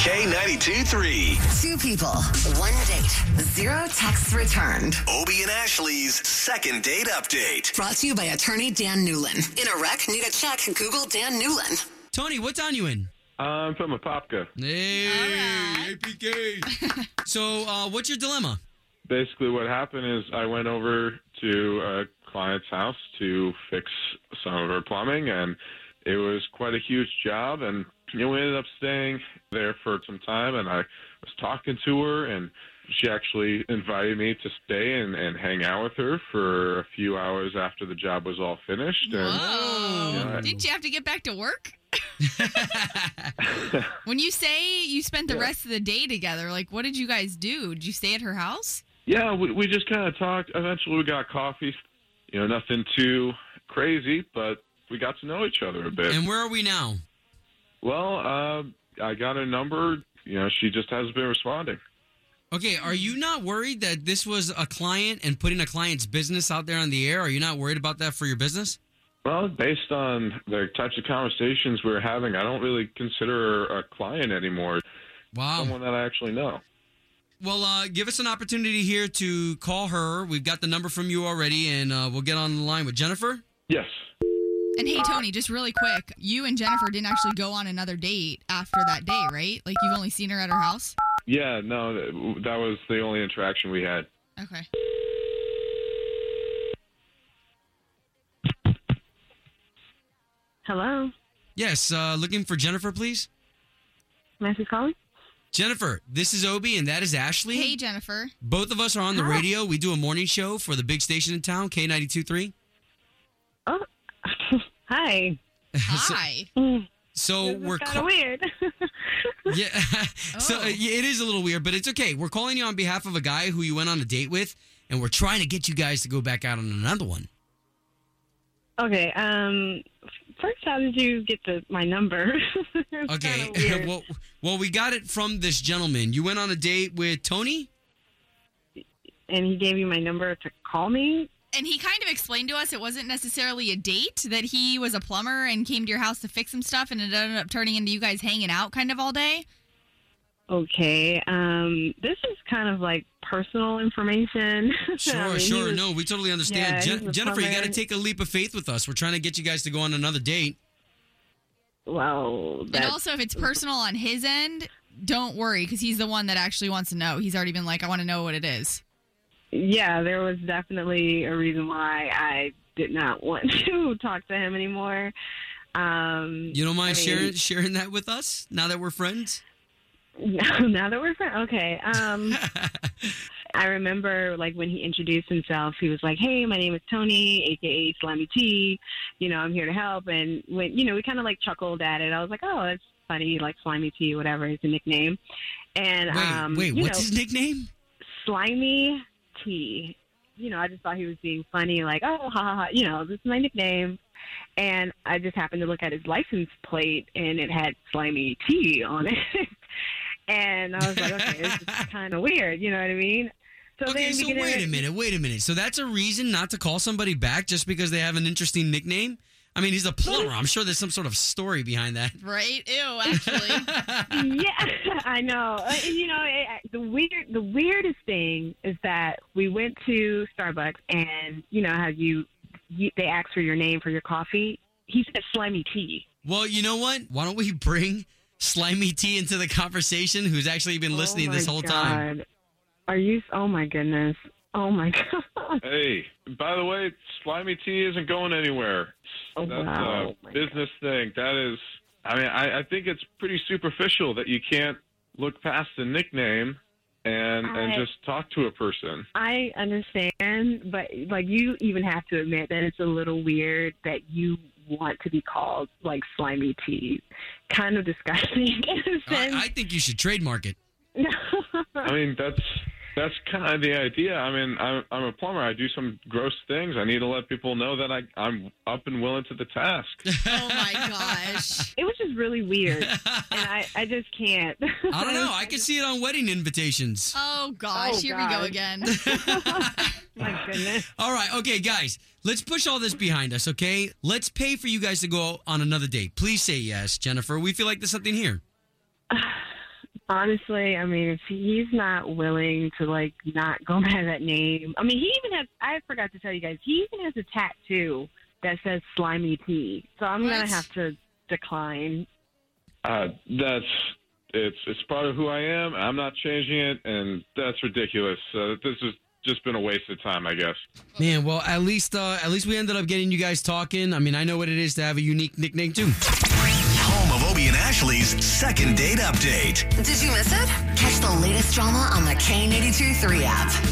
K92 3. Two people, one date, zero texts returned. Obie and Ashley's second date update. Brought to you by attorney Dan Newlin. In a wreck, need a check, Google Dan Newlin. Tony, what's on you in? I'm from Apopka. Hey, APK. so, uh, what's your dilemma? Basically, what happened is I went over to a client's house to fix some of her plumbing, and it was quite a huge job. And you know, we ended up staying there for some time, and I was talking to her, and she actually invited me to stay and, and hang out with her for a few hours after the job was all finished. And Whoa. Yeah. Didn't you have to get back to work? when you say you spent the Yeah. rest of the day together, like what did you guys do? Did you stay at her house? Yeah, we, we just kind of talked. Eventually, we got coffee. You know, nothing too crazy, but we got to know each other a bit. And where are we now? well, uh, I got her number. You know, she just hasn't been responding. Okay, are you not worried that this was a client and putting a client's business out there on the air? Are you not worried about that for your business? Well, based on the types of conversations we were having, I don't really consider her a client anymore. Wow. Someone that I actually know. Well, uh, give us an opportunity here to call her. We've got the number from you already, and uh, we'll get on the line with Jennifer. Yes. And hey Tony, just really quick, you and Jennifer didn't actually go on another date after that day, right? Like you've only seen her at her house? Yeah, no, that that was the only interaction we had. Okay. Hello, Yes, uh, looking for Jennifer, please. Matthew calling. Jennifer, this is Obie, and that is Ashley. Hey Jennifer. Both of us are on the radio. We do a morning show for the big station in town, K92.3. Oh, hi. So- Hi. So Oh, we're kind ca- of weird. Yeah. so Oh. uh, yeah, it is a little weird, but it's okay. We're calling you on behalf of a guy who you went on a date with, and we're trying to get you guys to go back out on another one. okay. Um, first, how did you get the my number? It's Okay. kinda weird. well, well, we got it from this gentleman. You went on a date with Tony. and he gave you my number to call me. And he kind of explained to us it wasn't necessarily a date, that he was a plumber and came to your house to fix some stuff and it ended up turning into you guys hanging out kind of all day. Okay. Um, this is kind of like personal information. I Sure, mean, he sure. was- no, we totally understand. Yeah, he Jen- was a Jennifer, you got to plumber. take a leap of faith with us. We're trying to get you guys to go on another date. Well, And that's also, if it's personal on his end, don't worry because he's the one that actually wants to know. He's already been like, I want to know what it is. yeah. There was definitely a reason why I did not want to talk to him anymore. Um, You don't mind I mean- sharing sharing that with us now that we're friends? now that we're friends, okay. Um. I remember like when he introduced himself, he was like, Hey, my name is Tony, aka Slimy T, you know, I'm here to help and when you know, we kinda like chuckled at it. I was like, Oh, that's funny, like Slimy T, whatever is the nickname. And wait, um wait. you What's his know, nickname? Slimy T. You know, I just thought he was being funny, like, oh, ha, ha, ha, you know, this is my nickname. And I just happened to look at his license plate, and it had Slimy T on it. and I was like, okay, this is kind of weird. You know what I mean? So okay, then so we get wait in- a minute, wait a minute. So that's a reason not to call somebody back just because they have an interesting nickname? I mean, he's a plumber. I'm sure there's some sort of story behind that. Right? Ew, actually. yeah, I know. Uh, And, you know, it, the weird, the weirdest thing is that we went to Starbucks, and you know how you, you they ask for your name for your coffee. He said slimy tea. well, you know what? Why don't we bring Slimy T into the conversation who's actually been listening Oh this my whole time? God. Are you? Oh my goodness. Oh my god. Hey, by the way, Slimy T isn't going anywhere. Oh, That's uh, wow. Oh, a my business thing. That is, I mean, I, I think it's pretty superficial that you can't look past the nickname and and I- just talk to a person. I understand, but like you even have to admit that it's a little weird that you want to be called like slimy tea. Kind of disgusting in a sense. I, I think you should trademark it. I mean, that's that's kind of the idea. I mean, I'm, I'm a plumber. I do some gross things. I need to let people know that I I'm up and willing to the task. oh my gosh. it was just really weird. and I I, I just can't. don't know. I can see it on wedding invitations. Oh gosh. Oh, Here we go God. again. My goodness. All right, okay, guys, let's push all this behind us, okay? Let's pay for you guys to go on another date. Please say yes, Jennifer. We feel like there's something here. Honestly, I mean, if he's not willing to like not go by that name, I mean, he even has. I forgot to tell you guys, he even has a tattoo that says "Slimy T." So I'm What? gonna have to decline. Uh, that's it's it's part of who I am. I'm not changing it, and that's ridiculous. Uh, this has just been a waste of time, I guess. Man, well, at least uh, at least we ended up getting you guys talking. I mean, I know what it is to have a unique nickname too. Home of Obie and Ashley's second date update. Did you miss it? Catch the latest drama on the K82 3 app.